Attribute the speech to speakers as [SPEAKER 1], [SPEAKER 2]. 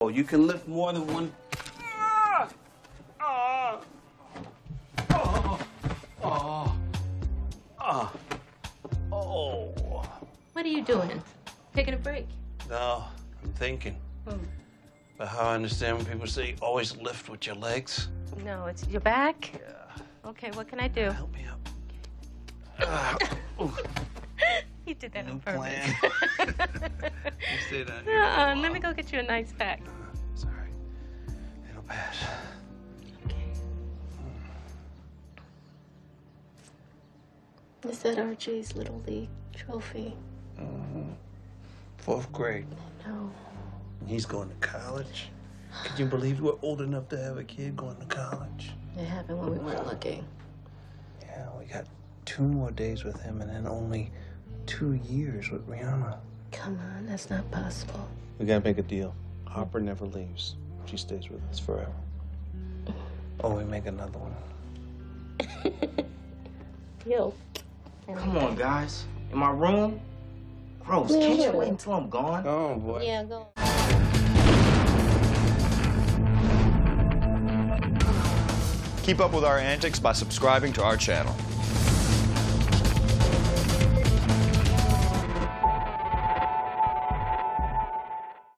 [SPEAKER 1] Oh, you can lift more than one. Ah! Ah! Oh! Oh! Ah! Oh!
[SPEAKER 2] What are you doing? Taking a break?
[SPEAKER 1] No, I'm thinking.
[SPEAKER 2] Oh.
[SPEAKER 1] But how I understand when people say you always lift with your legs.
[SPEAKER 2] No, it's your back.
[SPEAKER 1] Yeah.
[SPEAKER 2] Okay, what can I do?
[SPEAKER 1] Help me up. Ah, ooh,
[SPEAKER 2] He did that
[SPEAKER 1] No
[SPEAKER 2] on purpose.
[SPEAKER 1] plan. you stay down here. for a
[SPEAKER 2] uh,
[SPEAKER 1] while.
[SPEAKER 2] let me go get you a nice pack.
[SPEAKER 1] It's all right. It'll pass.
[SPEAKER 2] Okay.
[SPEAKER 3] Is that RJ's Little League trophy?
[SPEAKER 1] Fourth grade.
[SPEAKER 3] No.
[SPEAKER 1] He's going to college. Can you believe we're old enough to have a kid going to college?
[SPEAKER 3] It happened when we weren't looking.
[SPEAKER 1] Yeah, we got two more days with him and then only two years with Rihanna.
[SPEAKER 3] Come on, that's not possible.
[SPEAKER 1] We gotta make a deal. Harper never leaves. She stays with us forever. Or Oh, we make another one.
[SPEAKER 3] Yo.
[SPEAKER 4] Come on, guys. In my room? Gross. Can't you wait until I'm gone?
[SPEAKER 1] Oh boy.
[SPEAKER 3] Yeah, go.
[SPEAKER 5] Keep up with our antics by subscribing to our channel.